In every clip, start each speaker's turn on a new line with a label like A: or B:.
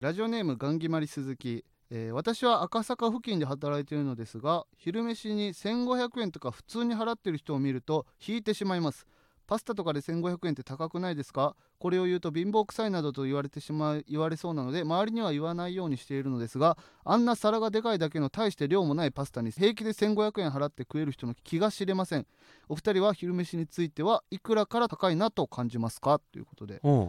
A: ラジオネームガンギマリ鈴木、えー私は赤坂付近で働いているのですが昼飯に1500円とか普通に払ってる人を見ると引いてしまいますパスタとかで1500円って高くないですかこれを言うと貧乏くさいなどと言われてしまう言われそうなので周りには言わないようにしているのですがあんな皿がでかいだけの大して量もないパスタに平気で1500円払って食える人の気が知れませんお二人は昼飯についてはいくらから高いなと感じますかということで
B: うん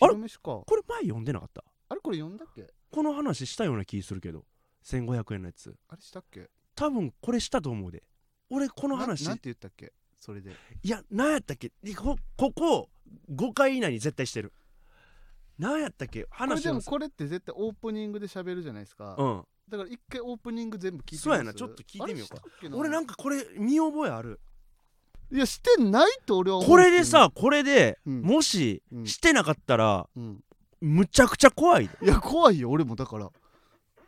B: あれ
A: 昼飯か
B: これ前読んでなかった
A: あれこれ読んだっけ
B: この話したような気するけど1500円のやつ
A: あれしたっけ
B: 多分これしたと思うで俺この話
A: ななんて言ったっけそれで
B: いや何やったっけこここ5回以内に絶対してる何やったっけ
A: これ
B: 話
A: で
B: の
A: もこれって絶対オープニングで喋るじゃないですか、
B: うん
A: だから一回オープニング全部聞いてみます
B: そうやなちょっと聞いてみようか
A: あれしたっけ
B: 俺なんかこれ見覚えある
A: いやしてないと俺は思う
B: これでさこれで
A: うん
B: もし
A: うん
B: してなかったら
A: うん
B: むちゃくちゃ怖いで
A: いや怖いよ俺もだから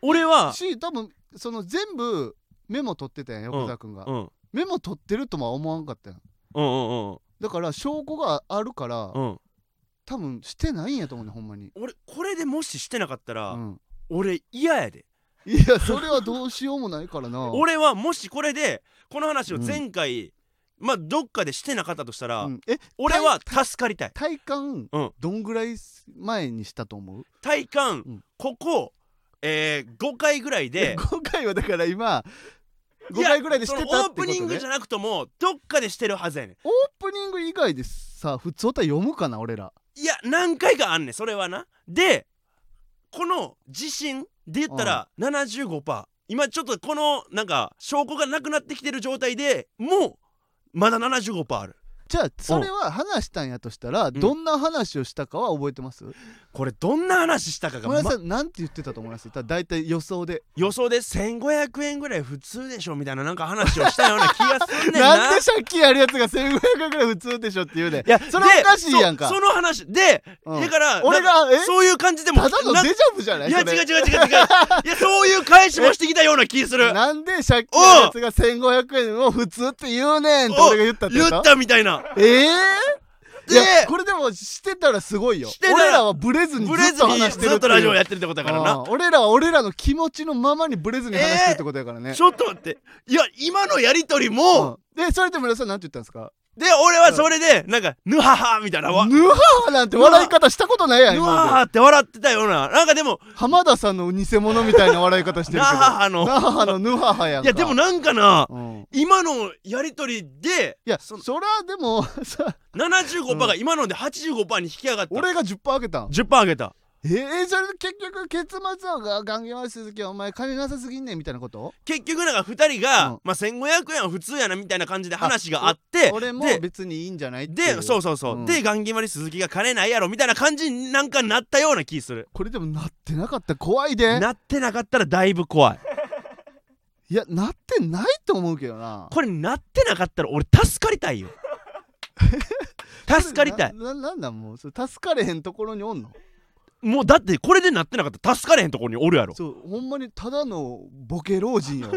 B: 俺は
A: し多分その全部メモ取ってたやん横澤君が、
B: うんうん
A: メモ取ってるとも思わんかったやん
B: うんうん
A: だから証拠があるから
B: うん
A: 多分してないんやと思うねほんまに
B: 俺これでもししてなかったら、
A: うん
B: 俺嫌やで
A: いやそれはどうしようもないからな
B: 俺はもしこれでこの話を前回、まあどっかでしてなかったとしたら、
A: うんえ
B: 俺は助かりたい
A: 体感
B: うん
A: どんぐらい前にしたと思う
B: 体感、
A: ん
B: ここ、えー、5回ぐら いで
A: 5回はだから今
B: い
A: 5
B: や
A: 回ぐらいでしてたって
B: その
A: こ
B: オー
A: と
B: プ
A: ね
B: ニングじゃなくともどっかでしてるはずやね
A: オープニング以外でさ普通歌読むかな俺ら
B: んいや何回かあんねんそれはなでこの地震で言ったら75%今ちょっとこのなんか証拠がなくなってきてる状態でもうまだ75%ある
A: じゃあそれは話したんやとしたら、どんな話をしたかは覚えてます
B: これどんな話したかが、
A: 村井
B: ま
A: さんなんて言ってたと思いますだ大体予想で
B: 予想で1500円ぐらい普通でしょみたいななんか話をしたような気がすんねんな
A: なんで借金あるやつが1500円ぐらい普通でしょって言うで
B: いや
A: それおかしいやんか
B: でそその話で、
A: うん
B: だから
A: 俺が
B: なんか
A: え
B: そういう感じでも
A: ただの
B: な
A: デジャブじゃない
B: いや違
A: そうれ
B: 違う違う違う違う いやそういう返しもしてきたような気する
A: なんで借金あるやつが1500円を普通って言うねんって俺が言ったって
B: 言
A: こ
B: っ
A: と
B: たみたいな
A: ええ
B: で
A: いやこれでもしてたらすごいよ
B: してたら
A: 俺らはブレずにず
B: ブレ
A: っ
B: ず
A: と
B: に
A: 話してる
B: ず
A: っ
B: ってと
A: いう
B: ラジオやってるってことやから
A: う
B: なん
A: 俺らは俺らの気持ちのままにブレずに話してるってことやからね、
B: ちょっと待っていや今のやりとり
A: う
B: も、
A: んでそれで村田さんなんて言ったんですか
B: で俺はそれでなんか「ぬはは」みたいなわ
A: ぬははなんて笑い方したことないやん
B: ぬ
A: 今ま
B: は
A: で
B: はって笑ってたようななんかでも
A: 浜田さんの偽物みたいな笑い方してるけ
B: な
A: ど
B: ははの
A: なはのぬははやん
B: い
A: か
B: やでも、なんかな
A: うん、
B: 今のやりとりで
A: いや
B: そ
A: そ
B: の
A: りゃでも さ
B: 75%が今ので85%に引き上がった、
A: 俺が10%開けたん
B: 10%上げた
A: えー、それで結局結末はがガンギマル鈴木お前金なさすぎんねんみたいなこと
B: 結局なんか2人が、
A: うん
B: まあ、1500円は普通やなみたいな感じで話があって
A: 俺も
B: で
A: 別にいいんじゃないってい
B: でそうそうそう、
A: うん
B: でガンギマリ鈴木が金ないやろみたいな感じになんかなったような気する
A: これでもなってなかった怖いで
B: なってなかったらだいぶ怖い
A: いやなってないと思うけどな
B: これなってなかったら俺助かり たいよ助かりたい
A: なななんなんもうそれ助かれへんところにおんの
B: もうだってこれでなってなかったら助かれへんところにおるやろ
A: そうほんまにただのボケ老人 よ、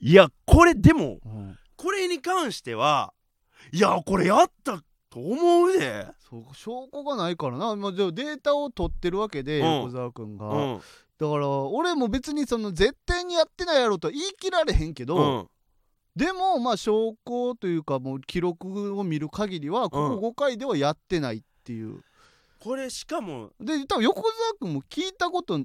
B: いやこれでも
A: うん
B: これに関してはいやこれやったと思うで、
A: そう証拠がないからな、まあ、じゃあデータを取ってるわけで、
B: うん
A: 横澤君が、
B: うん
A: だから俺も別にその絶対にやってないやろとは言い切られへんけ
B: う
A: ど、
B: ん、
A: でもまあ証拠というかもう記録を見る限りはここ5回ではやってないっていう、
B: これしかも
A: で多分横澤君も聞いたこと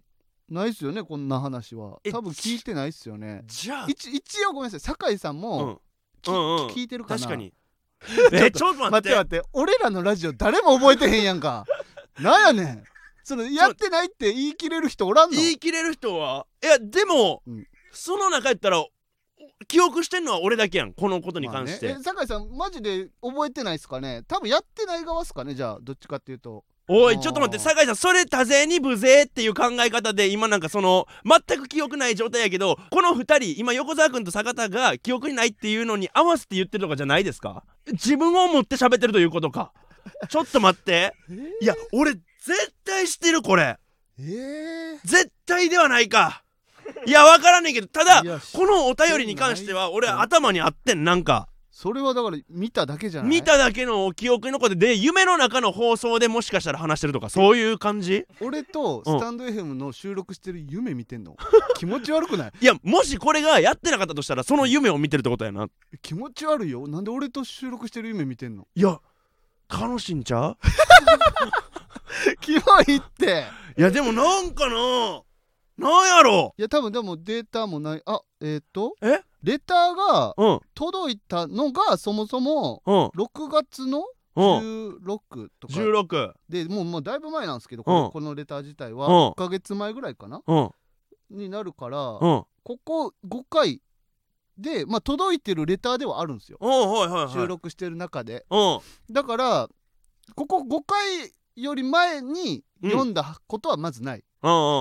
A: ないっすよねこんな話は
B: え
A: 多分聞いてないっすよね
B: じゃあ
A: 一一応ごめんなさい酒井さんも、
B: うん
A: き
B: うんうん
A: 聞いてるかな
B: 確かに
A: ちょ
B: え
A: っと
B: ちょっと待っ
A: 待って
B: て
A: 待って俺らのラジオ誰も覚えてへんやんか なんやねんそのやってないって言い切れる人おらんの
B: 言い切れる人はいやでも、
A: うん
B: その中やったらお記憶してんのは俺だけやんこのことに関して、
A: まあねえ酒井さんマジで覚えてないっすかね多分やってない側っすかねじゃあどっちかっていうと
B: お
A: あ
B: い
A: ー
B: ちょっと待って酒井さんそれ多勢に無勢っていう考え方で今なんかその全く記憶ない状態やけどこの2人今横澤君と坂田が記憶にないっていうのに合わせて言ってるとかじゃないですか自分を持って喋ってるということかちょっと待って
A: え
B: いや俺絶対してるこれ
A: えー
B: 絶対ではないかいや分からねえけどただ
A: いや
B: このお便りに関しては俺頭にあってんなんか
A: それはだから見ただけじゃない
B: 見ただけの記憶に残ってで夢の中の放送でもしかしたら話してるとかそういう感じ
A: 俺とスタンド FM の収録してる夢見てん の気持ち悪くない
B: いやもしこれがやってなかったとしたらその夢を見てるってことやな
A: 気持ち悪いよなんで俺と収録してる夢見てんの
B: いや楽しいんちゃ
A: キモいって
B: ういやでもなんかななんやろ
A: いや多分でもデータもないあえっ、と
B: え
A: レターが
B: うん
A: 届いたのがそもそも
B: うん
A: 6月の
B: うん
A: 16とか
B: 16
A: でもうもうだいぶ前なんですけどこの,、
B: うん
A: このレター自体
B: う
A: は
B: ん
A: 1ヶ月前ぐらいかな
B: うん
A: になるから
B: う
A: こ
B: ん
A: こ5回で、まあ、届いてるレターではあるんですよ
B: うんはいはいはい
A: 収録してる中で
B: うん
A: だからここ5回より前に読んだことはまずない、
B: うんうん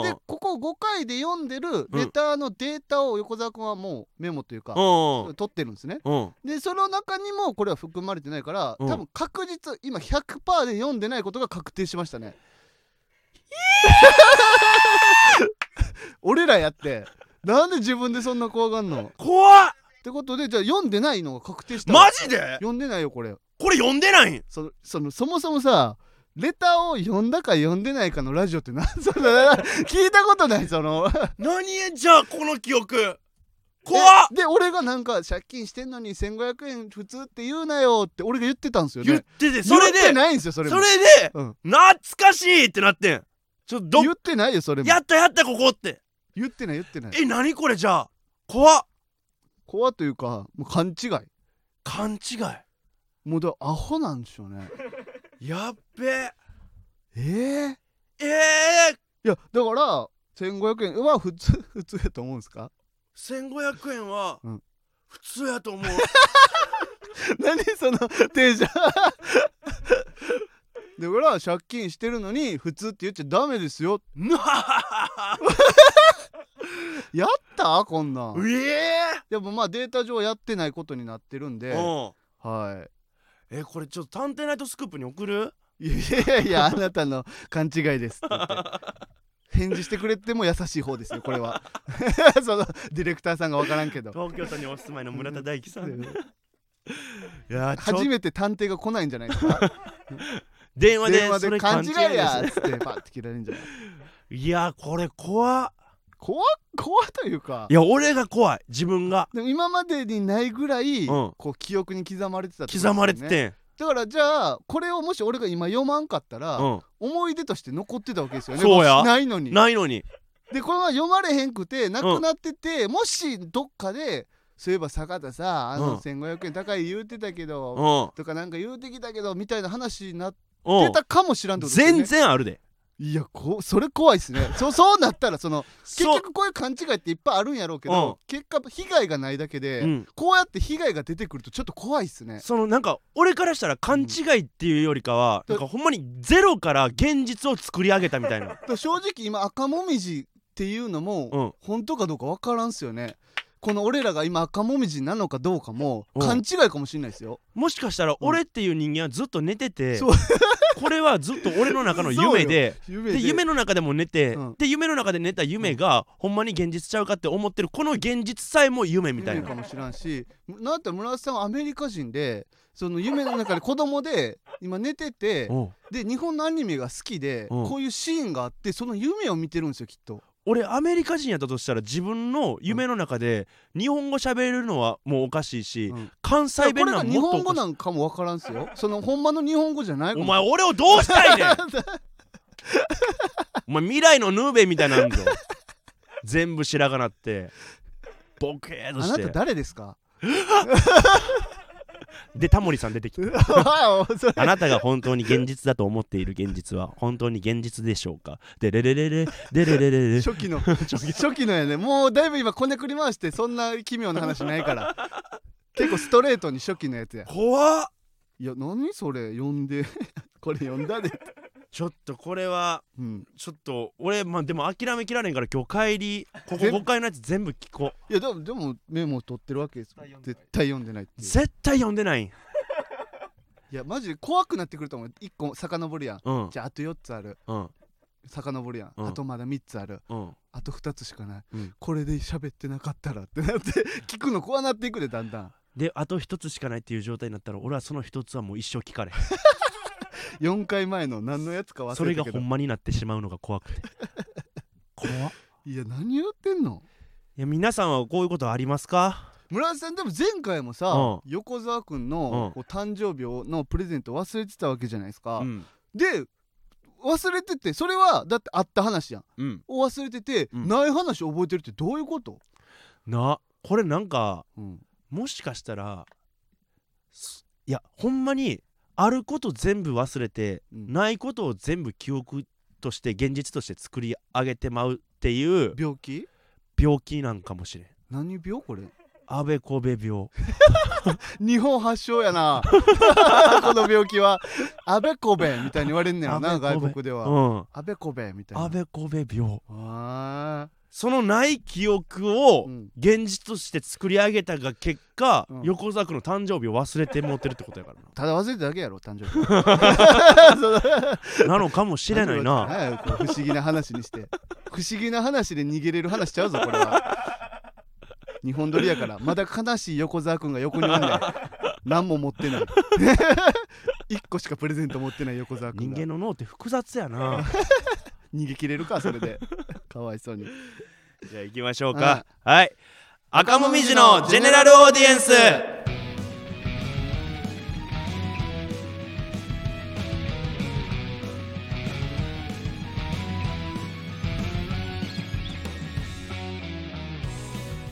A: でここ5回で読んでるレターのデータを横澤君はもうメモというか、
B: うん
A: 取ってるんですね
B: うん
A: でその中にもこれは含まれてないから、
B: うん
A: 多分確実今100%で読んでないことが確定しましたね俺らやってなんで自分でそんな怖がんのっ
B: 怖って
A: ことでじゃあ読んでないのが確定したわ
B: マジで
A: 読んでないよこれ
B: これ読んでないん
A: そそのそもそもさレターを読んだか読んでないかの ラジオってなんそんな聞いたことないその
B: 何えじゃあこの記憶怖っ
A: でで俺がなんか借金してんのに1500円普通って言うなよって俺が言ってたんですよ
B: 言っ
A: ね
B: ててそれ
A: 言って
B: で
A: ないんですよそれ
B: そ
A: も
B: れで
A: うん
B: 懐かしいってなってんちょっとど
A: 言ってないよそれも
B: やったやったここって
A: 言ってない言ってない
B: え何これじゃあ怖っ
A: 怖というかもう勘違い
B: 勘違い
A: もうだアホなんでしょうね
B: やっべえ
A: えー、
B: えー、
A: いやだから1500円は普通普通やと思うんです か
B: 1500円は
A: うん
B: 普通やと思う
A: 何そのテンション で俺は借金してるのに普通って言っちゃダメですよ
B: な
A: やったこんなん
B: え
A: でもまあデータ上やってないことになってるん
B: え
A: で
B: ー、うん
A: は
B: えこれちょっと探偵ナイトスクープに送る
A: いいやいやいやあなたの勘違いですって言って返事してくれても優しい方ですよこれは そのディレクターさんが分からんけど
B: 東京都にお住まいの村田大樹さ んい
A: で
B: やーちょっ
A: 初
B: と
A: めて探偵が来ないんじゃないですか
B: 電話で
A: 電話
B: そ
A: で
B: れ
A: 勘
B: 勘
A: 違
B: 違い
A: い
B: です
A: や
B: ね
A: っつってパッて切られるんじゃない
B: いやーこれ怖っ
A: 怖っ怖っというか
B: いや俺が怖い自分が
A: でも今までにないぐらい、
B: うん
A: こう記憶に刻まれてたってことですよ
B: 刻
A: ね
B: まれててん、
A: だからじゃあこれをもし俺が今読まんかったら、
B: うん
A: 思い出として残ってたわけですよね
B: そうや
A: もないのに
B: ないのに
A: でこれは読まれへんくてなくなってて、もしどっかでそういえば坂田さあ
B: うん
A: の1500円高い言うてたけど、
B: うん
A: とかなんか言うてきたけどみたいな話になっ
B: う
A: て
B: ん
A: たかもしらんってことですよね
B: 全然あるで
A: いやこそれ怖いですね そそうなったらその結
B: そう
A: 局こういう勘違いっていっぱいあるんやろうけ
B: うん
A: ど結果被害がないだけで、
B: うん
A: こうやって被害が出てくるとちょっと怖いですね
B: そのなんか俺からしたら勘違いっていうよりかは、
A: うん
B: なんかほんまにゼロから現実を作り上げたみた いな
A: だから正直今赤もみじっていうのも、
B: うん
A: 本当かどうか分からんすよねこの俺らが今赤もみじなのかどうかも
B: うん
A: 勘違いかもしれないですよ、
B: もしかしたら俺っていう人間はずっと寝てて、
A: そう
B: これはずっと俺の中の夢で
A: 夢
B: で夢の中でも寝て、
A: うん
B: で夢の中で寝た夢がほんまに現実ちゃうかって思ってるこの現実さえも夢みたい
A: 夢か
B: な
A: もしらんしなんだったら村田さんはアメリカ人でその夢の中で子供で今寝てて
B: うん
A: で日本のアニメが好きで
B: うん
A: こういうシーンがあってその夢を見てるんですよきっと
B: 俺アメリカ人やったとしたら自分の夢の中で日本語喋れるのはもうおかしいし、
A: うんだか
B: 関西
A: らこ
B: 弁
A: れ
B: な
A: が
B: ん
A: 日
B: もっ
A: 本語
B: とおかしい
A: なんかも分からんすよそのほんまの日本語じゃないか
B: お
A: も
B: 前俺をどうしたい ねんお前未来のヌーベみたいになんぞ全部白髪なってボケーっと
A: あ
B: し
A: なた
B: て
A: 誰です か
B: でタモリさん出てき
A: おい
B: た
A: おいそれ
B: あなたが本当に現実だと思っている現実は本当に現実でしょうかでれれれれでれれれれ
A: 初期 の初期のやねもうだいぶ今こねくり回してそんな奇妙な話ないから結構ストレートに初期のやつや
B: 怖っ
A: いや何それ読んで これ読んだで、
B: ちょっとこれは
A: うん、
B: ちょっと俺まあでも諦めきられんから今日帰りここ
A: 全
B: 5回のやつ全部聞こう
A: いやでもでもメモ取ってるわけですもん絶対読んでないっていう
B: 絶対読んでないん
A: いやマジで怖くなってくると思う1個遡るやん
B: うん
A: じゃああと4つある
B: うん
A: 遡るやん、
B: うん
A: あとまだ3つある
B: うん
A: あと2つしかない、
B: うん
A: これで喋ってなかったらってなって聞くの怖なっていくでだんだん
B: であと一つしかないっていう状態になったら俺はその一つはもう一生聞かれへん
A: 4回前の何のやつか忘れた
B: それ
A: けど
B: がほんまになってしまうのが怖くて 怖っ
A: いや何言ってんの
B: いや皆さんはこういうことありますか
A: 村田さんでも前回もさ、
B: うん
A: 横澤君の
B: う
A: こう
B: ん
A: 誕生日をのプレゼント忘れてたわけじゃないですか、
B: ん
A: で忘れててそれはだってあった話やん
B: うん
A: を忘れてて、
B: うん
A: ない話覚えてるってどういうこと、
B: なこれなんか
A: うん、
B: もしかしたらすいやほんまにあること全部忘れて、
A: うん
B: ないことを全部記憶として現実として作り上げてまうっていう
A: 病気
B: 病気なんかもしれん
A: 何病これ
B: 安倍神戸病
A: 日本発祥や なこの病気はアベコベみたいに言われんねやろな
B: 安倍
A: 外
B: コベ
A: 国では、
B: うん
A: アベコベみたいな
B: 安倍神戸病
A: あ
B: そのない記憶
A: ー、
B: を
A: うん、
B: 現実として作り上げたが結果、
A: うん
B: 横澤君の誕生日を忘れてもうてるってことやから
A: ただ忘れてただけやろ誕生 日 その
B: な なのかもしれないな
A: 何やこう不思議な話にして不思議な話で逃げれる話ちゃうぞこれは日本撮りやからまだ悲しい横澤君が横におんねん何も持ってない 一個しかプレゼント持ってない横澤君
B: 人
A: が
B: 間の脳って複雑やな
A: 逃げ切れるかそれでかわいそうに
B: じゃあ行きましょうか、はい赤もみじのジェネラルオーディエンス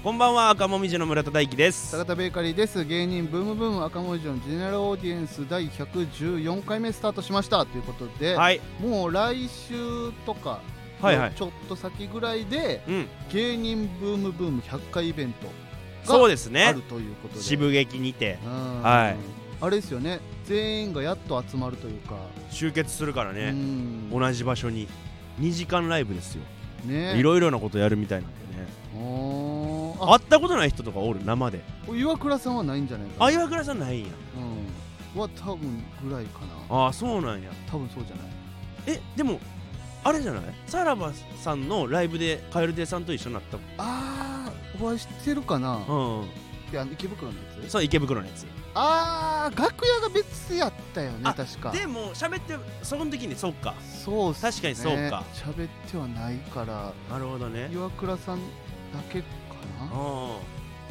B: こんばんは赤もみじの村田大樹です
A: 坂田ベーカリーです芸人ブームブーム赤文字のジェネラルオーディエンス第114回目スタートしましたということで、
B: はい
A: もう来週とか
B: はいはい
A: ちょっと先ぐらいで
B: うん
A: 芸人ブームブーム100回イベント
B: そうです
A: あ
B: ね
A: るということで
B: 渋劇にて
A: うん
B: はい
A: あれですよね全員がやっと集まるというか、
B: 集結するから
A: う
B: ね、
A: ん
B: 同じ場所に2時間ライブですよ
A: ね
B: いろいろなことやるみたいなんでね
A: おーあ
B: 会ったことない人とかおる生で
A: 岩倉さんはないんじゃないかな
B: あ岩倉さんないんや
A: うんは多分ぐらいかな
B: ああそうなんや
A: 多分そうじゃない
B: えでもあれじゃないさらばさんのライブで蛙亭さんと一緒になった
A: あーお会いしてるかな、
B: うん、
A: いや池袋のやつ
B: そう池袋のやつ
A: あー楽屋が別やったよね
B: あ
A: 確か
B: でも喋ってその時にそっか
A: そうっすね
B: 確かにそうか
A: 喋ってはないから
B: なるほどね
A: 岩倉さんだけかな
B: あ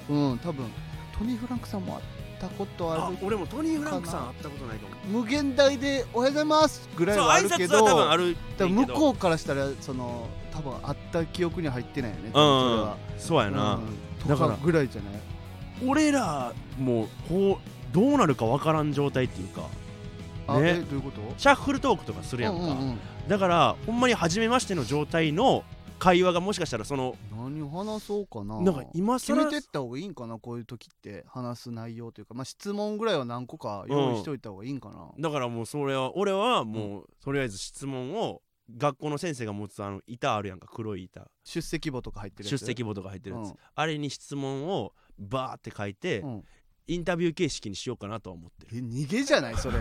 A: うん多分トニー・フランクさんも会ったことあ
B: あ
A: る
B: 俺もトニー・フランクさん会ったことないかも
A: 無限大で「おはようございます」ぐらい
B: そう
A: はあ
B: 挨
A: るけ
B: 拶
A: ど
B: は多分ある
A: 多分向
B: う
A: こうからしたらその多分会った記憶には入ってないよね、
B: う
A: それ
B: ん、
A: は
B: そうやな、
A: うんと
B: だか
A: からぐらいじゃない
B: 俺らもこうどうなるかわからん状態っていうか
A: あ、
B: ね
A: えどういうこと
B: シャッフルトークとかするやんか、
A: うんうん
B: だからほんまに初めましての状態の会話がもしかしたらその
A: うん、何を話そうかな
B: なんか今
A: 決
B: 更
A: めてった方がいいんかなこういう時って話す内容というか、まあ、質問ぐらいは何個か用意しといた方がいいんかな、
B: だからもうそれは俺はもうとりあえず質問を学校の先生が持つあの板あるやんか黒い板
A: 出席簿とか入ってるや
B: 出
A: つ
B: 席簿とか入ってるやつ、
A: うん
B: あれに質問をバーって書いて、
A: うん
B: インタビュー形式にしようかなとは思って
A: え
B: る
A: 逃げじゃないそれ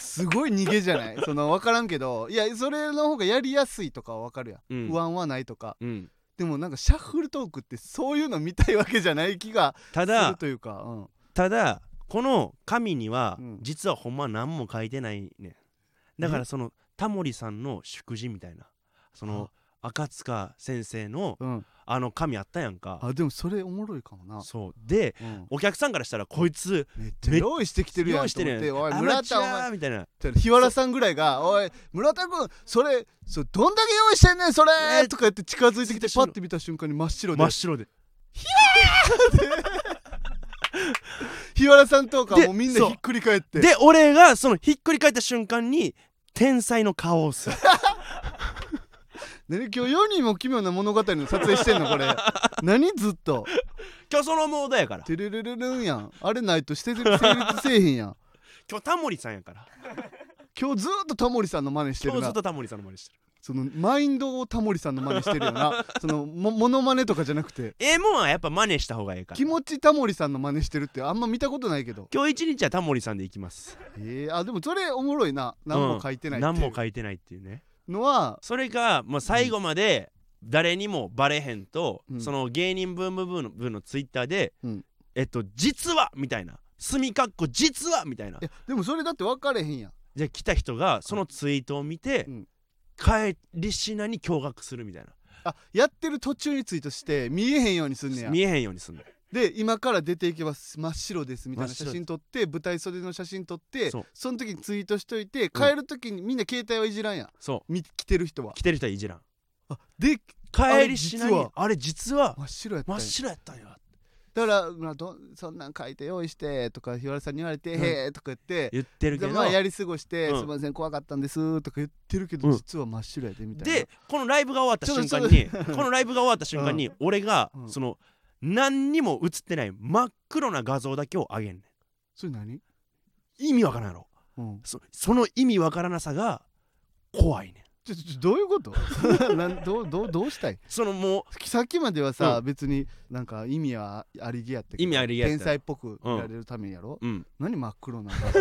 A: すごい逃げじゃないその分からんけどいやそれの方がやりやすいとかは分かるやん、
B: うん
A: 不安はないとか
B: うん、
A: でもなんかシャッフルトークってそういうの見たいわけじゃない気が
B: た
A: する
B: だ
A: というか、うん、
B: ただこの紙には
A: うん
B: 実はほんま何も書いてないねんだからそのタモリさんの祝辞みたいなその赤塚先生の
A: うん、
B: あの紙あったやんか
A: あでもそれおもろいかもな、
B: そうで
A: うん、
B: お客さんからしたらこいつ
A: めっちゃ用意してきてるや
B: 用
A: ん
B: 意して
A: と
B: る
A: 思っ
B: や
A: てお
B: ん
A: い
B: ア
A: 村
B: マチ
A: 田お前
B: ュアみたいな
A: って日原さんぐらいが「おい村田君それそれどんだけ用意してんねんそれ!
B: え」ー
A: とか言って近づいてきて
B: ちょっと
A: パッて見た瞬間に真っ白で
B: 真っ白で
A: 日原さんとか
B: で
A: もうみんな
B: そう
A: ひっくり返って
B: で俺がそのひっくり返った瞬間に天才の顔を する
A: 何今日世にも奇妙な物語の撮影してんのこれ 何ずっと
B: 今日そのモードやから
A: てるるるるんやんあれないとして成立せえへんやん
B: 今日タモリさんやから
A: 今日ずっとタモリさんの真似して
B: 今
A: る
B: 日ず
A: な
B: っとタモリさんの真似してる
A: そのマインドをタモリさんの真似してるよ なそのもモノマネとかじゃなくて
B: ええもんはやっぱ真似した方がええから
A: 気持ちタモリさんの真似してるってあんま見たことないけど
B: 今日一日はタモリさんでいきます
A: えー、あでもそれおもろいな何も書いてないって
B: 何
A: い
B: も
A: う
B: 書いてないっていうね
A: のは
B: それがもう最後まで誰にもバレへんと、
A: うん
B: その芸人ブームブームのツイッターで、
A: うん
B: えっと実はみたいな墨かっこ実はみたいない
A: やでもそれだって分かれへんやん
B: じゃあ来た人がそのツイートを見て、
A: うん
B: 帰りしなに驚愕するみたいな
A: あやってる途中にツイートして見えへんようにすんねや
B: 見えへんようにすんの
A: で今から出ていけば真っ白ですみたいな
B: 真っ
A: 写
B: 白
A: 真撮って舞台袖の写真撮って
B: そう
A: その時にツイートしといて帰る時にみんな携帯はいじらんやん
B: そ
A: 見来てる人は
B: う来てる人はいじらん
A: あで
B: 帰りし
A: あれ実
B: なに
A: は
B: あれ実は
A: 真っ白やったん
B: 真っ
A: や
B: 白やったんや
A: だから、まあ、どそんなん書いて用意してとか日原さんに言われて「
B: うん
A: へえ」とか言って、
B: 言ってるけ
A: で
B: ど、
A: まあやり過ごして「
B: うん
A: すみません怖かったんです」とか言ってるけど、
B: うん
A: 実は真っ白やでみたいな
B: でこのライブが終わった瞬間
A: ち
B: に このライブが終わった瞬間に俺が
A: うん
B: その何にも映ってない真っ黒な画像だけを上げんね
A: それ何、
B: ん意味わからんやろ
A: うん、
B: そその意味わからなさが怖いねん
A: ちょちょちょどういうこと なんどうどうどうしたい
B: そのも
A: さっきまではさ、
B: う
A: 別になんか意味はありげやったけど
B: 意味ありげやった
A: 天才っぽくやられるためにやろ、
B: う、うん、
A: 何真っ黒なんだって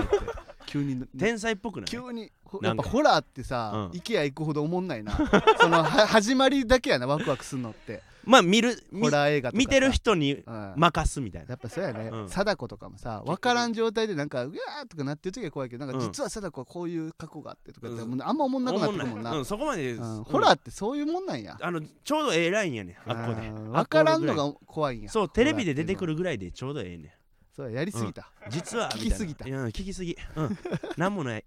A: 急に
B: 天才っぽくない
A: 急にほや
B: な
A: っ
B: ん
A: ぱ
B: か
A: ホラーってさ、
B: うん
A: イケ IKEA 行くほどおもんないなそのは 始まりだけやなワクワクすんのって
B: まあ見るみ
A: ホラー映画とかさ
B: 見てる人に
A: うん
B: 任すみたいな
A: やっぱそうやね、
B: うん
A: 貞子とかもさ
B: 局
A: 分からん状態でなんかうわーとかなってる時は怖いけどなんか
B: うん
A: 実は貞子はこういう過去があってとか言って、
B: うん
A: もうあんまおもんなくなっ
B: お
A: てくるもんな
B: うん、そこまでです、
A: うん
B: うん
A: ホラーってそういうもんなんや、
B: あのちょうどええラインやねんあっこで
A: 分からんの
B: あっこ
A: が怖いん
B: ぐらい
A: や
B: そうテレビで出てく
A: る
B: るぐらいでちょうどええねん
A: そうややりすぎた、
B: 実は
A: 聞き
B: みいな
A: すぎた
B: いや聞きすぎうん何もない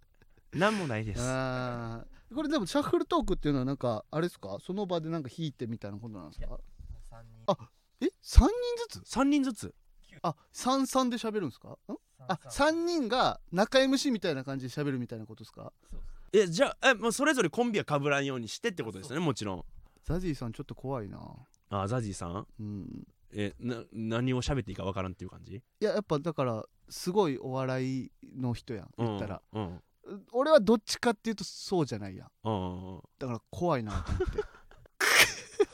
B: 何もないです
A: あーこれでもシャッフルトークっていうのはなんかあれですかその場でなんか弾いてみたいなことなんですか
C: 三人
A: あえ三3人ずつ
B: 3人ずつ
A: あ三三で喋るんですかんあ
C: 三
A: 三人が仲 MC みたいな感じで喋るみたいなことですか
B: えじゃあえもうそれぞれコンビは被らんようにしてってことですよねもちろん
A: ザジーさんちょっと怖いな
B: あザジーさん
A: うん
B: えな何を喋っていいかわからんっていう感じ
A: いややっぱだからすごいお笑いの人やん言ったら、
B: うんうん
A: 俺はどっちかっていうとそうじゃないやん
B: うんうん
A: だから怖いな と思っ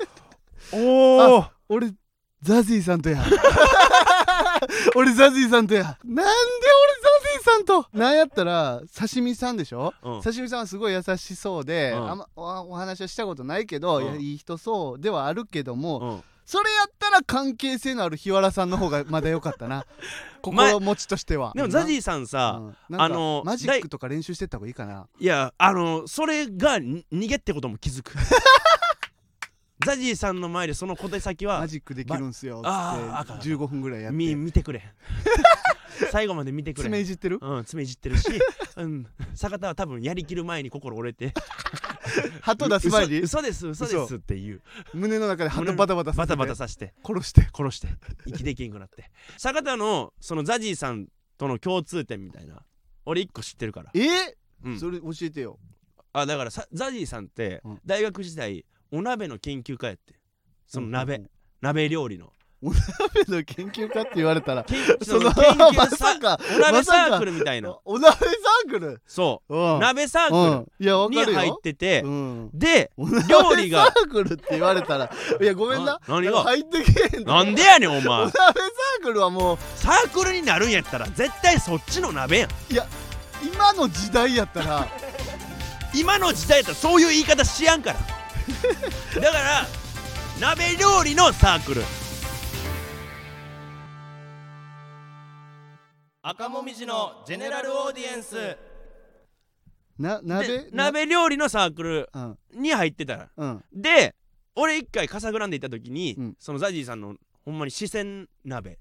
A: て
B: おお
A: 俺ザジーさんとや 俺ザジーさんとやなんで俺ザジーさんとなんやったら刺身さんでしょ、
B: うん
A: 刺身さんはすごい優しそうで、
B: うん
A: あんまおお話はしたことないけど、
B: うん
A: いやいい人そうではあるけども、
B: うん
A: それやったら関係性のある日原さんの方がまだ良かったな
B: 前
A: 心持ちとしては
B: でもザジ
A: ー
B: ーさんさ
A: あ
B: あ
A: の
B: の
A: マジックとか練習してった方がいいかない
B: やあのそれがに逃げってことも気 づくザジーさんの前でその小手先は
A: マジックできるんすよっつ
B: あーあかんあ
A: っ
B: か
A: て15分ぐらいやっ
B: み
A: て
B: 見てく れ最後まで見てくれ
A: 爪いじってる
B: うん、爪いじってるし、うん、坂田は多分やりきる前に心折れ て
A: 鳩出す前
B: う
A: に
B: 嘘嘘です嘘ですっていう
A: 胸の中で鳩バタバタ
B: バタバタ
A: さ
B: さして
A: せて殺して
B: 殺して息できんくなって坂田のそのザジーさんとの共通点みたいな俺一個知ってるから、
A: え
B: うん、
A: それ教えてよ
B: あだからさザジーさんって
A: うん
B: 大学時代お鍋の研究家やってその鍋、
A: うん
B: 鍋料理の
A: 鍋の研究家って言われたら
B: 研
A: そ
B: そ
A: の
B: の研究
A: ま
B: さ
A: さか
B: お鍋サーク
A: ル
B: ルみたいな
A: お鍋サークル
B: そうう、
A: ん
B: 鍋サ
A: う
B: ー
A: んいや
B: ク
A: わか
B: ルに
A: るよ
B: 入ってて、
A: うん
B: で
A: 料
B: 料
A: 理
B: 理
A: が
B: が
A: サークルって言われたらいやごめんな
B: な何
A: で
B: が
A: も入ってけえへん
B: なん
A: で
B: でやねんお
A: お
B: 前
A: 鍋サークルはもう
B: サークルになるんやったら絶対そっちの鍋やん
A: 今の時代やったら
B: 今の時代やったらそういう言い方しやんから だから鍋料理のサークル赤もみじのジェネラルオーディエンス
A: な鍋
B: で鍋料理のサークル
A: うん
B: に入ってたら
A: うん
B: で俺一回カサグランデ行った時に、
A: うん
B: そのザジーさんのほんまに四川鍋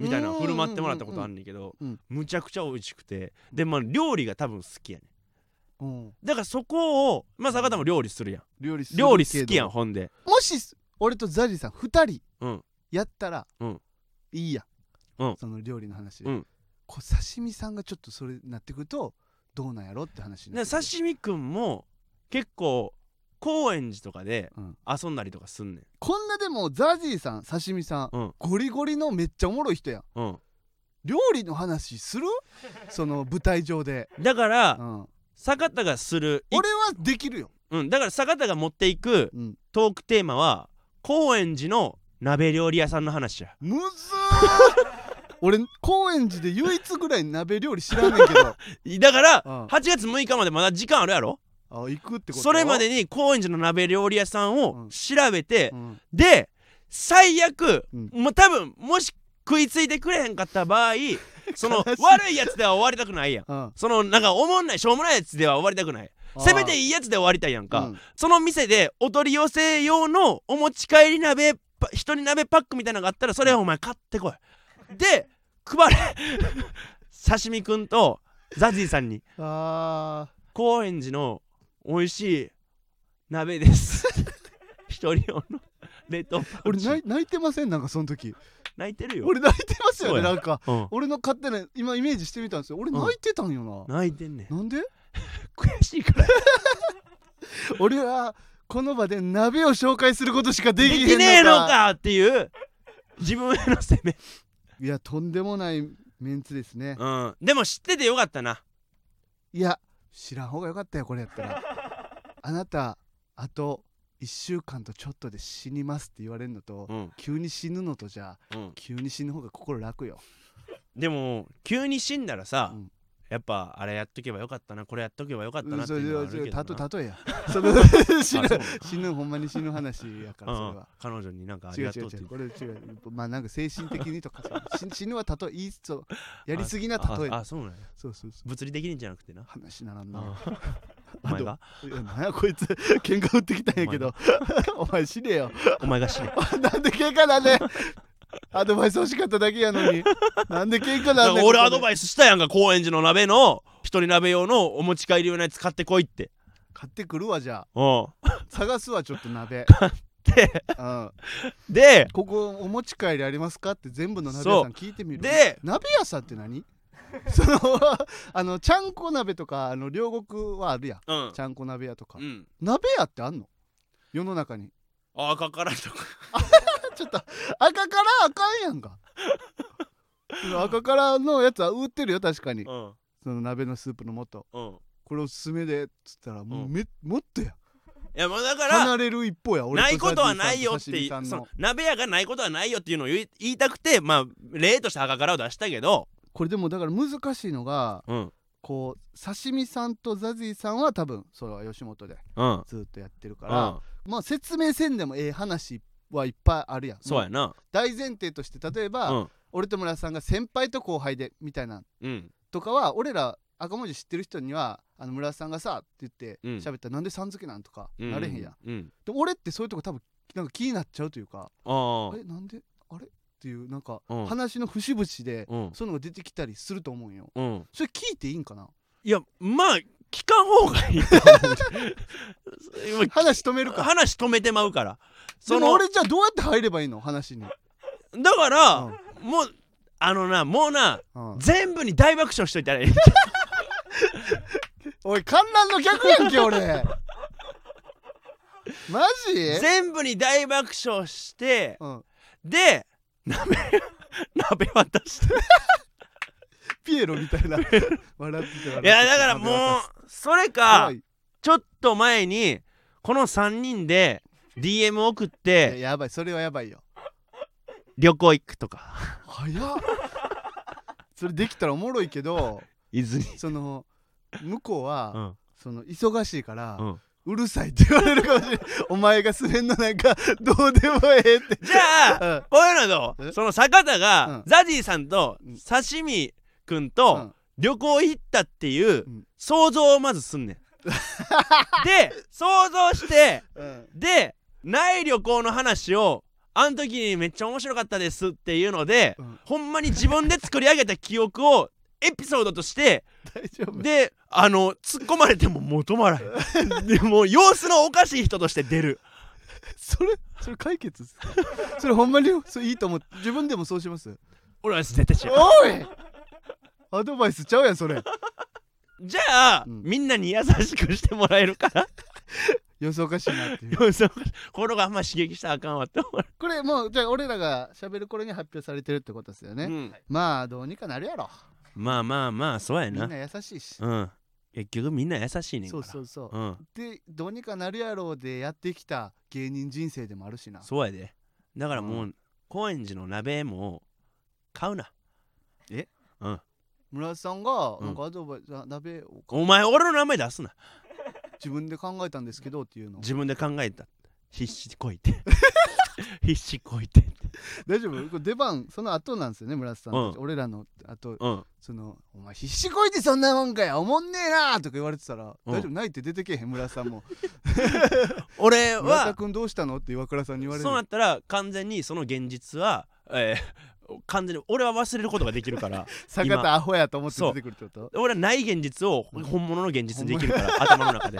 B: みたいなの振る舞ってもらったことあんねんけど、
A: うんうん
B: むちゃくちゃ美味しくてでまあ料理が多分好きやねん
A: うん
B: だからそこをまあ坂田も料理するやん
A: 料理する
B: 料理好きやん
A: け
B: ほんで
A: どもし俺とザジさん2人
B: うん
A: やったら、
B: うん
A: いいや
B: うん
A: その料理の話、
B: うん
A: こう刺身さんがちょっとそれになってくるとどうなんやろって話になっ
B: で
A: てくる
B: 刺身くんも結構高円寺とかで
A: うん
B: 遊んだりとかすんねん
A: こんなでもザジーさん刺身さん、
B: うん
A: ゴリゴリのめっちゃおもろい人やん
B: うん
A: 料理の話す るその舞台上で、
B: だから
A: うん、
B: 坂田がするい
A: 俺はできるよ、
B: うんだから坂田が持っていく
A: うん、
B: トークテーマは高円寺の鍋料理屋さんの話や
A: むずー俺高円寺で唯一ぐらい鍋料理知らんねんけど
B: だから
A: うん
B: 8月6日までまだ時間あるやろ
A: あ行くってこと
B: それま、でに高円寺の鍋料理屋さん
A: うん
B: を調べて
A: うん
B: で最悪、
A: うん
B: もう多分もし食いついてくれへんかった場合その
A: 悲しい
B: 悪いやつでは終わりたくないやん
A: うん
B: そのなんかおもんないしょうもないやつでは終わりたくないせめていいやつで終わりたいやんか、
A: うん
B: その店でお取り寄せ用のお持ち帰り鍋パ一人鍋パックみたいなのがあったらそれをお前買ってこいで配れ刺身くんとザジーさんに
A: あ
B: 高円寺の美味しい鍋です 一人用の冷凍
A: ー俺
B: 泣
A: 泣い泣いてませんなんかその時
B: 泣いてるよ、
A: 俺泣いてますよ
B: そ
A: ね
B: う
A: な
B: や
A: んか
B: うん、
A: 俺の勝手な今イメージしてみたんですよ俺
B: うん
A: 泣いてたんよな、
B: 泣いてんねん
A: なんで
B: 悔しいから
A: 俺はこの場で鍋を紹介することしかできへんのか
B: ねえのかっていう自分への責め、
A: いやとんでもないメンツですね、
B: うん、でも知っててよかったない
A: や知らん方がよかったよこれやったらあなたあと1週間とちょっとで死にますって言われるのと、
B: うん
A: 急に死ぬのとじゃ
B: うん
A: 急に死ぬ方が心楽よ
B: でも急に死んだらさ、
A: うん
B: やっぱあれやっとけばよかったなこれやっとけばよかったなって
A: それ
B: いうのはあ
A: そ
B: る
A: れ
B: けどな
A: たと例えや その 死ぬ
B: あそう
A: 死ぬほんまに死ぬ話やからそれは
B: 彼女になんかあ
A: 違
B: り
A: う
B: がと
A: 違う
B: うって
A: 違
B: 言
A: う
B: っ
A: これ違うまあなんか精神的にと かさ死死ぬは例えいいそうやりすぎな
B: あ
A: 例え
B: ああそうなんや
A: そうそうそう
B: 物理的にじゃなくてな
A: 話ならんな
B: あお前が
A: いやなんやこいつ喧嘩売ってきたんやけど お前死ねよ
B: お前が死ね
A: なんで喧嘩なんでアドバイス欲しかっただけやのになんで喧嘩 なんで
B: 俺アド
A: イス
B: バイスしたやんか高円寺の鍋の一人鍋用のお持ち帰り用のやつ買ってこいって
A: 買ってくるわじゃ
B: うん
A: あ探すわちょっと鍋
B: で
A: うん
B: で
A: ここお持ち帰りありますかって全部の鍋屋さん聞いてみる
B: で
A: 鍋屋さんって何 そのあのちゃんこ鍋とかあの両国はあるやん
B: うん
A: ちゃんこ鍋屋とか、
B: うん
A: 鍋屋ってあんの世の中に
B: あ赤からとか
A: ちょっと赤からあかんやんか 赤からのやつは売ってるよ確かに
B: うん
A: その鍋のスープの素
B: うん
A: これおすすめでっつったらもう
B: うん
A: め、もっとや
B: いやもうだから
A: 離れる一方や俺
B: ないことはないよって
A: 刺身
B: そ
A: さん
B: の
A: の
B: 鍋屋がないことはないよっていうのを言い言いたくてまあ例として赤からを出したけど
A: これでもだから難しいのが
B: うん
A: こう刺身さんとザジーさんは多分それは吉本で
B: うん
A: ずっとやってるから、まあ説明せんでもええ話はいっぱいあるやん
B: そうやな
A: 大前提として例えば、
B: うん
A: 俺と村さんが先輩と後輩でみたいな
B: うん
A: とかは俺ら赤文字知ってる人にはあの村さんがさって
B: うん
A: 言って喋ったら、なんでさん付けなんとか
B: うん
A: なれへんやん、
B: うん
A: で俺ってそういうとこ多分なんか気になっちゃうというか、
B: ああ
A: えなんであれっていうなんか
B: うん
A: 話の節々で、
B: うん
A: そういうのが出てきたりすると思うんよ
B: うん
A: それ聞いていいんかない
B: やまあ聞かん方がいいと思う 今
A: 話止めるか
B: 話止めてまうから
A: そ
B: そ
A: の
B: の
A: 俺じゃあどうやって入ればいいの話に、
B: だから、
A: うん
B: もうあのなもうな
A: うん
B: 全部に大爆笑しといたらええ
A: おい観覧の逆やんけ 俺マジ
B: 全部に大爆笑して
A: うん、
B: で 鍋鍋渡して
A: ピエロみた いな笑ってた笑って
B: いやだからもうそれか
A: 怖い
B: ちょっと前にこの3人で DM 送っ
A: いや
B: て
A: やばいそれはやばいよ
B: 旅行行くとか
A: 早っ それできたらおもろいけど
B: 伊豆に
A: その向こうは、
B: うん
A: その忙しいから、
B: う
A: うんるさいって言われるかもしれないお前が滑んのなんかどうでもええ って
B: じゃあ
A: あ
B: こういうの
A: え
B: とその坂田
A: う
B: が
A: ん
B: ザジーさんと
A: うん
B: 刺身くん
A: う
B: と
A: ん
B: 旅行行ったっていう
A: うん
B: 想像をまず すんねん。で想像して
A: うん
B: でない旅行の話をあの時にめっちゃ面白かったですっていうので、
A: うん
B: ほんまに自分で作り上げた記憶をエピソードとして
A: 大丈夫
B: であの突っ込まれてももう止まらへんでもう様子のおかしい人として出る
A: それそれ解決っ すかそれほんまにそれいいと思う自分でもそうします
B: 俺は絶対違う
A: おいアドバイスちゃうやんそれ
B: じゃあ、
A: うん
B: みんなに優しくしてもらえるから
A: 様子おかしいなっていう
B: 様子おかしい心があんま刺激したらあかんわって思う、
A: これもうじゃあ俺らが喋る頃に発表されてるってことですよね、
B: うん
A: まあどうにかなるやろ
B: まあまあまあそうや
A: み
B: なん
A: な優しいし、
B: うん結局みんな優しいねん
A: そ
B: から
A: うそうそう、
B: うん
A: でどうにかなるやろうでやってきた芸人人生でもあるしな
B: そうやでだからもう、
A: う
B: 高円寺の鍋も買うな
A: え
B: うん
A: 村田さんが
B: うん
A: なんかアドバイス、あ鍋を
B: お前俺の名前出すな
A: 自分で考えたんですけどっていうの
B: 自分で考えた必死こいて必死こいてって
A: 大丈夫これ出番その後なんですよね村瀬さんたち、
B: う
A: 俺らの後
B: うん
A: その「お前必死こいてそんなもんかよおもんねえな」とか言われてたら「
B: うん
A: 大丈夫ない」って出てけえ へん村瀬さんも
B: 俺
A: 「村田
B: は
A: 君どうしたの?」って岩倉さんに言われる
B: そうなったら完全にその現実は、えー完全に俺は忘れることができるから
A: 坂
B: 今
A: 田アホやと思って
B: そう
A: 出てくるってこと
B: 俺はない現実を本物の現実にできるから頭の中で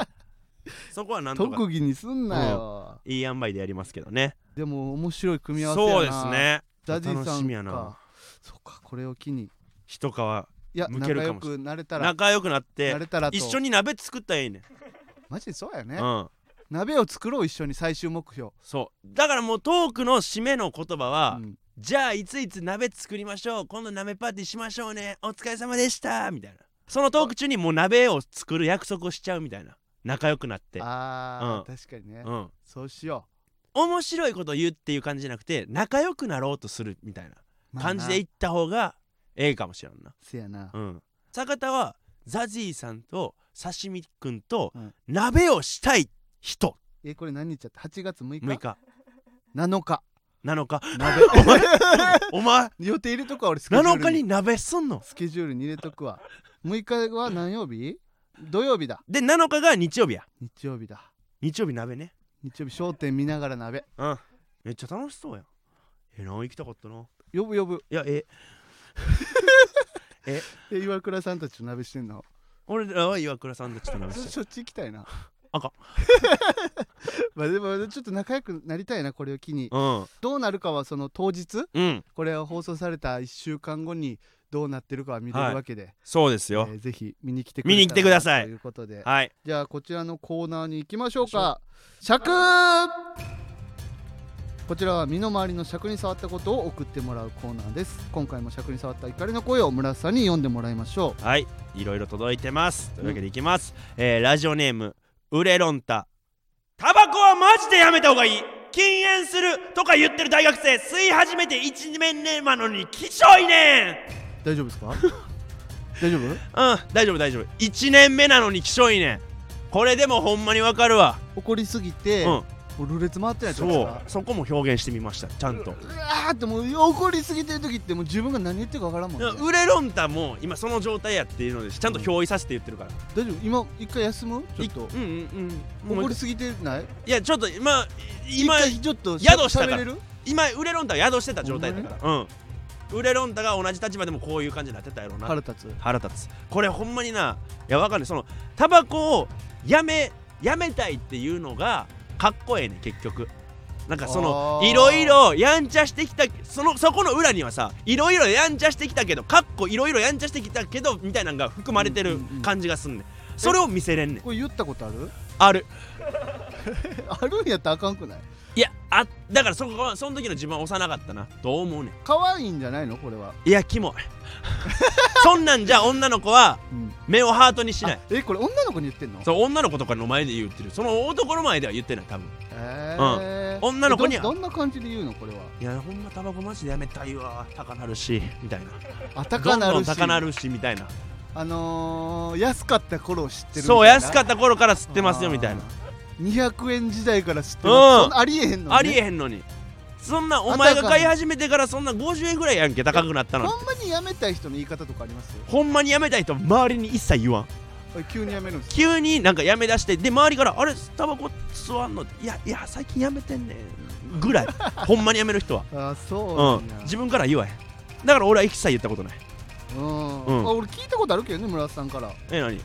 B: そこはなんとか
A: 特技にすんなよ、
B: いい塩梅でやりますけどね
A: でも面白い組み合わせやな
B: そうですね
A: ダディさ
B: 楽し
A: ん
B: みや
A: か
B: な
A: そうかこれを機に
B: 一皮
A: いや
B: 向ける
A: 仲
B: か
A: 良
B: もし
A: くなれたら
B: 仲良くな
A: な
B: って
A: れたらと
B: 一緒に鍋作ったらいいね
A: マジでそうやね、
B: うん
A: 鍋を作ろう一緒に最終目標、
B: そうだからもうトークの締めの言葉は、
A: うん
B: じゃあいついつ鍋作りましょう今度鍋パーティーしましょうねお疲れ様でしたみたいなそのトーク中にもう鍋を作る約束をしちゃうみたいな仲良くなって
A: あー、
B: う
A: 確かにね、
B: うん
A: そうしよ
B: 面白いこと言うっていう感じじゃなくて仲良くなろうとするみたいな
A: う、まあな
B: 感じでいった方がええかもしれんな
A: せやな、
B: うん坂田はザジーさんと刺身くんと
A: うん
B: 鍋をしたい人
A: えこれ何日やった8月6日
B: 6日
A: 7日
B: 7日
A: 鍋
B: お前
A: 予定入れとくわ俺スケジュール
B: 7日に鍋すんの
A: スケジュールに入れとくわ6日は何曜日土曜日だ
B: で7日が日曜日や
A: 日曜日だ
B: 日曜日鍋ね
A: 日曜日商店見ながら鍋
B: うんめっちゃ楽しそうやんえな行きたかったな
A: 呼ぶ呼ぶ
B: いやえ
A: え岩倉さんたちと鍋してんの
B: 俺らは岩倉さんたちと鍋
A: そ
B: して
A: そっち行きたいな
B: あかん
A: まあでもちょっと仲良くなりたいなこれを機に
B: うん
A: どうなるかはその当日
B: うん
A: これを放送された1週間後にどうなってるかは見れ
B: はい
A: るわけで、
B: そうですよ
A: えーぜひ見に来てく
B: 見に来てください
A: ということで
B: はい
A: じゃあこちらのコーナーに行きましょうか尺こちらは身の回りの尺に触ったことを送ってもらうコーナーです今回も尺に触った怒りの声を村瀬さんに読んでもらいましょ
B: はいいろいろ届いてますというわけ
A: うん
B: でいきます、えーラジオネームウレロンタタバコはマジでやめた方がいい禁煙するとか言ってる大学生吸い始めて1年目なのにきしょいね
A: う大丈夫です か大丈夫
B: んうん大丈夫大丈夫1年目なのにきしょいねんこれでもほんまにわかるわ
A: 怒りすぎて、
B: う
A: も
B: ん
A: うルーレッツ回ってないじゃないで
B: そ
A: す
B: う
A: か
B: そこも表現してみましたちゃんと
A: うわーってもう怒りすぎてる時ってもう自分が何言ってるかわからんもんね
B: ウレロンタも今その状態やっていうのでちゃんと表意させて言ってるから
A: 大丈夫今一回休むちょっと
B: いうんうんうんも
A: 怒
B: う
A: りすぎてない
B: いやちょっと今今
A: 一回ちょっと
B: 宿したから
A: 喋れる
B: 今ウレロンタが宿してた状態だからうんウレロンタが同じ立場でもこういう感じになってたやろうな
A: 腹立つ
B: 腹立つこれほんまにないやわかんないそのタバコをやめやめたいっていうのがかっこええねん結局なんかその
A: あー
B: いろいろやんちゃしてきたそのそこの裏にはさいろいろやんちゃしてきたけどかっこいろいろやんちゃしてきたけどみたいなのが含まれて
A: う
B: る
A: んうんうん
B: 感じがすんねん、それを見せれんねん
A: これ言ったことある
B: ある
A: あるんやったらあかんくない
B: いやあだからそこはその時の自分は幼かったなと思うねん
A: 可愛いんじゃないのこれは、
B: いやキモい そんなんじゃ女の子は
A: うん、
B: 目をハートにしない
A: あえこれ女の子に言ってんの
B: そう女の子とかの前で言ってるその男の前では言ってない多分
A: えー
B: 女の子には
A: えどどんな感じで言うのこれはい
B: やほんまタバコマジでやめたいわ高なるしみたいな
A: あ高な
B: ど
A: る
B: ん
A: し
B: どん高なるしみたいな
A: あのー、安かった頃を知ってる
B: そう安か
A: っ
B: った頃から吸ってますよみたいな
A: 200円時代から知ってます、
B: うん
A: そなありえへんの、ね、
B: ありえへんのにそんなお前が買い始めてからそんな50円ぐらいやんけ高くなったの
A: ほんまにやめたい人の言い方とかあります
B: ほんまにやめたい人周りに一切言わん
A: おい急にやめるんです
B: 急になんかやめだしてで周りから「あれタバコ吸わんの?」いやいや最近やめてんねん」ぐ らいほんまにやめる人は
A: あそう
B: う
A: なん
B: ん
A: や
B: 自分から言わへんだから俺は一切言ったことない
A: うん、
B: うん
A: あ俺聞いたことあるけどね村瀬さん から
B: え何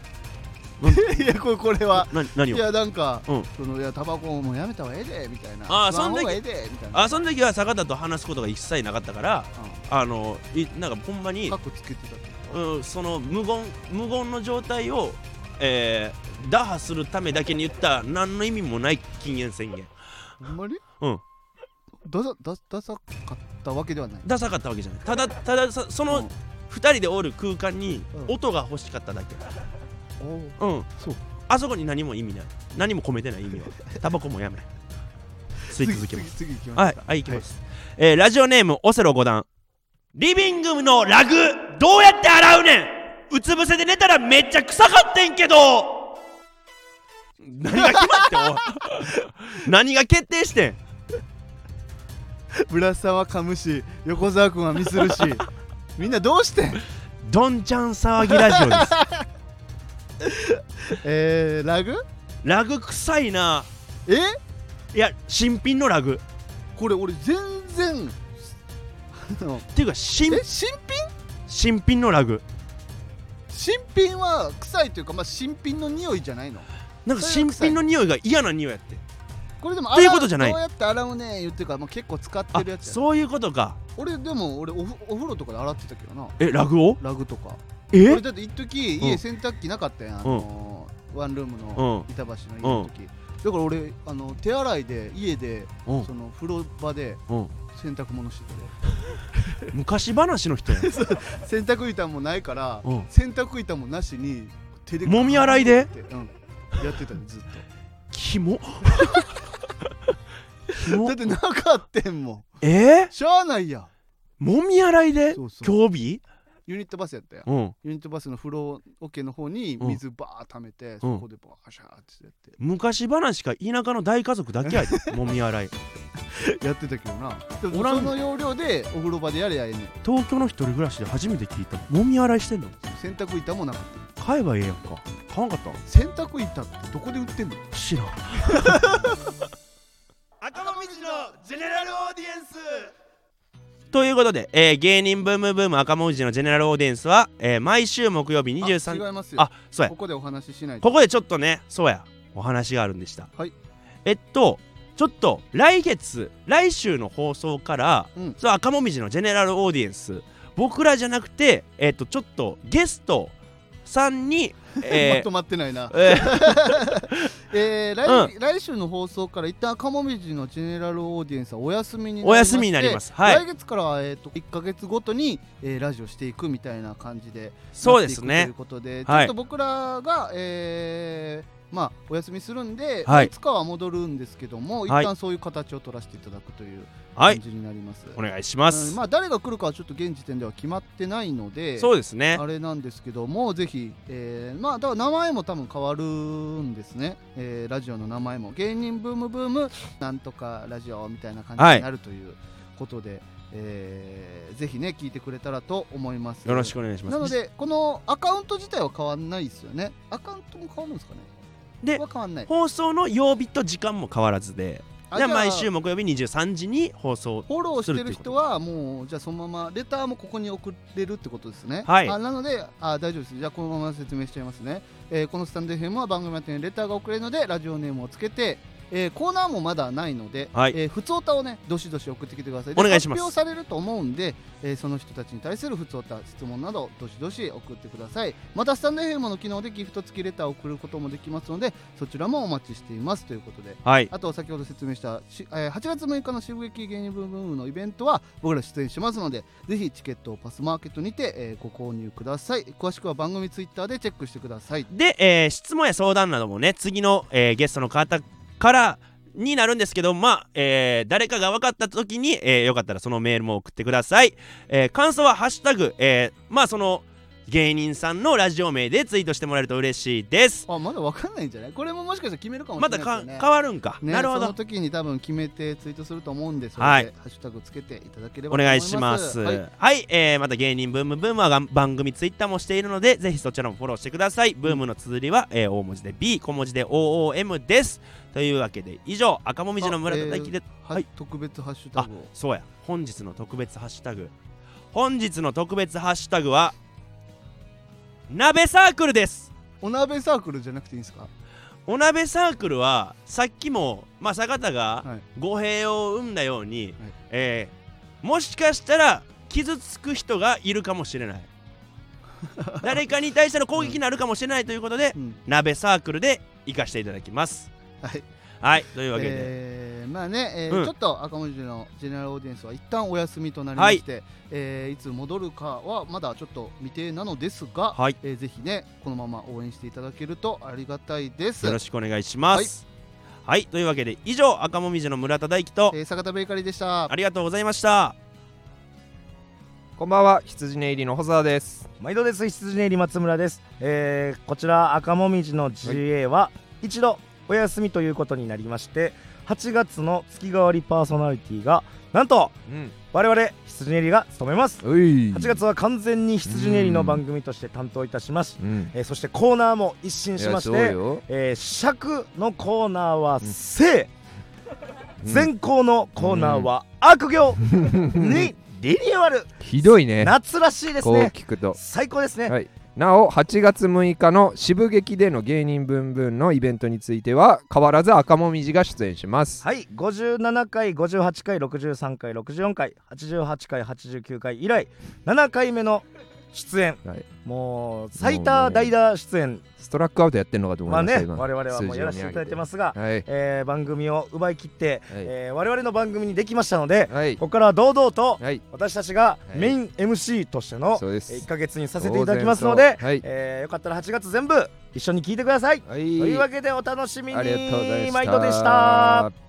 A: いやこれこれは
B: な何
A: い
B: を
A: やなんか、
B: うん
A: そのいやタバコもうやめた方がええでみたいな
B: あ
A: 吸わ
B: ー
A: 方
B: そん
A: が
B: 時
A: ええでみたいな
B: あその時は坂田と話すことが一切なかったからあのいなんかほんま
A: うん
B: に
A: カッコつけてたってこと
B: うん、その無言無言の状態を、えー打破するためだけに言った何の意味もない禁煙宣言
A: ほんまに
B: うん
A: ダサダダサかったわけではない
B: ダサかったわけじゃないただたださそ
A: うん
B: の2人でおる空間に
A: うん
B: 音が欲しかっただけ
A: おー
B: うん
A: そう
B: あそこに何も意味ない何も込めてない意味はタバコも やめ吸い続けます
A: 次次次行きま
B: は
A: す
B: い
A: か
B: はい行きます、えーラジオネームオセロ五段リビングのラグどうやって洗うねんうつ伏せで寝たらめっちゃ臭かってんけど何が決まってんおい何が決定してん
A: ブラスさんは噛むし横澤君はミスる しみんなどうしてん
B: どんちゃん騒ぎラジオです
A: えー、ラグ
B: ラグ臭いな
A: え
B: いや新品のラグ
A: これ俺全然あの
B: っていうか新
A: え新品
B: 新品のラグ
A: 新品は臭いというか、まあ、新品の匂いじゃないの
B: なんか
A: それ
B: 新
A: は臭い
B: 品の匂いが嫌な匂いやって
A: これでも
B: ということじゃない
A: こうやって洗うね言ってるから、まあ、結構使って
B: あ
A: るやつや
B: そういうことか
A: 俺でも俺おふお風呂とかで洗ってたけどな
B: えラグを
A: ラグとか
B: え
A: 俺だって一時
B: うん
A: 家洗濯機なかったやん、あのーワンルームの
B: う
A: 板橋の家の時、だから俺あの手洗いで家で
B: うん
A: その風呂場で
B: うん
A: 洗濯物して
B: 昔話の 人やん
A: たで洗濯板もないから、
B: うん
A: 洗濯板もなしに手で
B: もみ洗いで
A: ってうんやってたねずっと
B: キ モキモ
A: だってなかったんもん
B: えー、
A: しゃあないやん
B: もみ洗いで
A: そうそう
B: 興味
A: ユニットバスやったやん
B: うん
A: ユニットバスの風呂桶の方に水バーッ溜めて、そこでバーシャーってやって
B: 昔話か田舎の大家族だけや でもみ洗い
A: やってたけどなで
B: お
A: も
B: らんね
A: その要領でお風呂場でやれやええねん
B: 東京の一人暮らしで初めて聞いたもみ洗いしてんの
A: 洗濯板もなかった
B: 買えばええやんか買わんかった
A: 洗濯板ってどこで売ってんの
B: 知 らん赤の道のジェネラルオーディエンスということで、えー芸人ブームブーム赤文字のジェネラルオーディエンスは、えー毎週木曜日23
A: あ違いますよ
B: あそうや
A: ここでお話ししないと
B: ここでちょっとねそうやお話があるんでした
A: はい
B: えっとちょっと来月来週の放送から、
A: うん
B: その赤もみじのジェネラルオーディエンス僕らじゃなくてえっとちょっとゲストさん に、
A: ま
B: え
A: とまってないな
B: ーえー
A: えー来,、来週の放送から一旦赤もみじのジェネラルオーディエンスはお休みになりまして
B: お休みになりますはい
A: 来月からは、えー、と1か月ごとに、えーラジオしていくみたいな感じで
B: そうです
A: なっていく
B: ね
A: ということで、
B: は
A: ちょ
B: い
A: っと僕らが、えーまあ、お休みするんで、
B: はい
A: い、つかは戻るんですけども、
B: はい
A: 一旦そういう形を取らせていただくという
B: は
A: 感
B: い
A: じになります。
B: お願いしま
A: うん
B: す、
A: まあ、誰が来るかはちょっと現時点では決まってないので
B: そうですね
A: あれなんですけどもぜひ、えーまあ、だから名前も多分変わるんですね、えーラジオの名前も芸人ブームブームなんとかラジオみたいな感じ
B: はい
A: になるということで、えーぜひね聞いてくれたらと思います
B: よろしくお願いします
A: なのでこのアカウント自体は変わんないですよねアカウントも変わるんですかね
B: で
A: は変わんない
B: 放送の曜日と時間も変わらずで
A: あじ
B: じゃ
A: ゃ
B: あ
A: あ
B: 毎週木曜日23時に放送
A: フォローしてる人はもうじゃあそのままレターもここに送れるってことですね、
B: はい
A: あなのであ大丈夫ですじゃあこのまま説明しちゃいますね、えーこのスタンド FM は番組宛てにレターが送れるのでラジオネームをつけてえーコーナーもまだないので、
B: はい
A: えー普通歌をねどしどし送ってきてください
B: お願いします
A: で発表されると思うんで、えーその人たちに対する普通歌質問などどしどし送ってくださいまたスタンド FM の機能でギフト付きレターを送ることもできますのでそちらもお待ちしていますということで
B: はい
A: あと先ほど説明したし、えー8月6日の渋劇芸人ブームブームのイベントは僕ら出演しますのでぜひチケットをパスマーケットにて、えーご購入ください詳しくは番組ツイッターでチェックしてください
B: で、えー質問や相談などもね次の、えーゲストの方からになるんですけどまあ、えー誰かが分かった時に、えーよかったらそのメールも送ってください、えー感想は「ハッシュタグ、えーまあその芸人さんのラジオ名でツイートしてもらえると嬉しいです
A: あまだわかんないんじゃないこれももしかしたら決めるかもし
B: ま
A: れ
B: た
A: ないです
B: か
A: よね
B: 変わるんか、
A: ね
B: なるほ
A: その
B: ど
A: 時に多分決めてツイートすると思うんですので、
B: はい
A: ハッシュタグつけていただければ
B: お
A: と思
B: 願
A: い
B: い
A: ます
B: しますは、
A: はいい
B: えーまた芸人ブームブームはがん番組ツイッターもしているのでぜひそちらもフォローしてくださいブームの綴りは、えー大文字で B 小文字で OOM ですというわけで以上赤もみじの村田大輝で、は
A: はいい、特別ハッシュタグを
B: そうや本日の特別ハッシュタグ本日の特別ハッシュタグは鍋サークルです
A: お鍋サークルじゃなくていいんですか
B: お鍋サークルはさっきもまあ坂田が
A: はい
B: 語弊を生んだように、
A: はい
B: えーもしかしたら傷つく人がいるかもしれ ない誰かに対しての攻撃になるかもしれないということで、
A: うん
B: 鍋サークルで生かしていただきます
A: はい
B: はいというわけで、
A: えーまあね、えー
B: うん
A: ちょっと赤文字のジェネラルオーディエンスは一旦お休みとなりまして、いえーいつ戻るかはまだちょっと未定なのですが、
B: はい
A: えーぜひねこのまま応援していただけるとありがたいです
B: よろしくお願いしますはい、というわけで以上赤もみじの村田大樹と
A: えー坂田ベーカリーでした
B: ありがとうございました
C: こんばんは羊ネイリの保沢です
D: 毎度です羊ねり松村です、えーこちら赤もみじの GA は一度お休みということになりまして、 8月の月替わりパーソナリティがなんと
C: うん
D: 我々羊ネイリが務めます
C: うい
D: 8月は完全に羊ネイリの番組として担当いたします、
C: うん
D: えーそしてコーナーも一新
C: い
D: し
C: や
D: まし
C: そう
D: て
C: よ
D: えー尺のコーナーは性、
C: うん
D: 全校のコーナーは悪行にリニューアル、
C: ひどいね
D: 夏らしいです
C: こう
D: ね
C: 聞くと
D: 最高ですね、
C: はいなお8月6日の渋劇での芸人ブンブンのイベントについては変わらず赤もみじが出演します
D: はい、57回、58回、63回、64回、88回、89回以来、7回目の出演、
C: はい
D: もう最多代打出演
C: ストラックアウトやってんのかと思
D: はい
C: ました
D: ね、
C: 今
D: 我々はもうやらせていただいてますすが、
C: はい
D: えー番組を奪い切って、
C: はい
D: えー我々の番組にできましたので、
C: はい
D: ここからは堂々と
C: はい
D: 私たちが
C: はい
D: メイン MC としての
C: そうです
D: 1か月にさせていただきますので、
C: はい
D: えーよかったら8月全部一緒に聞いてください。
C: は
D: というわ
C: い
D: けでお楽しみに
C: ありがとうございました
D: 毎度でした。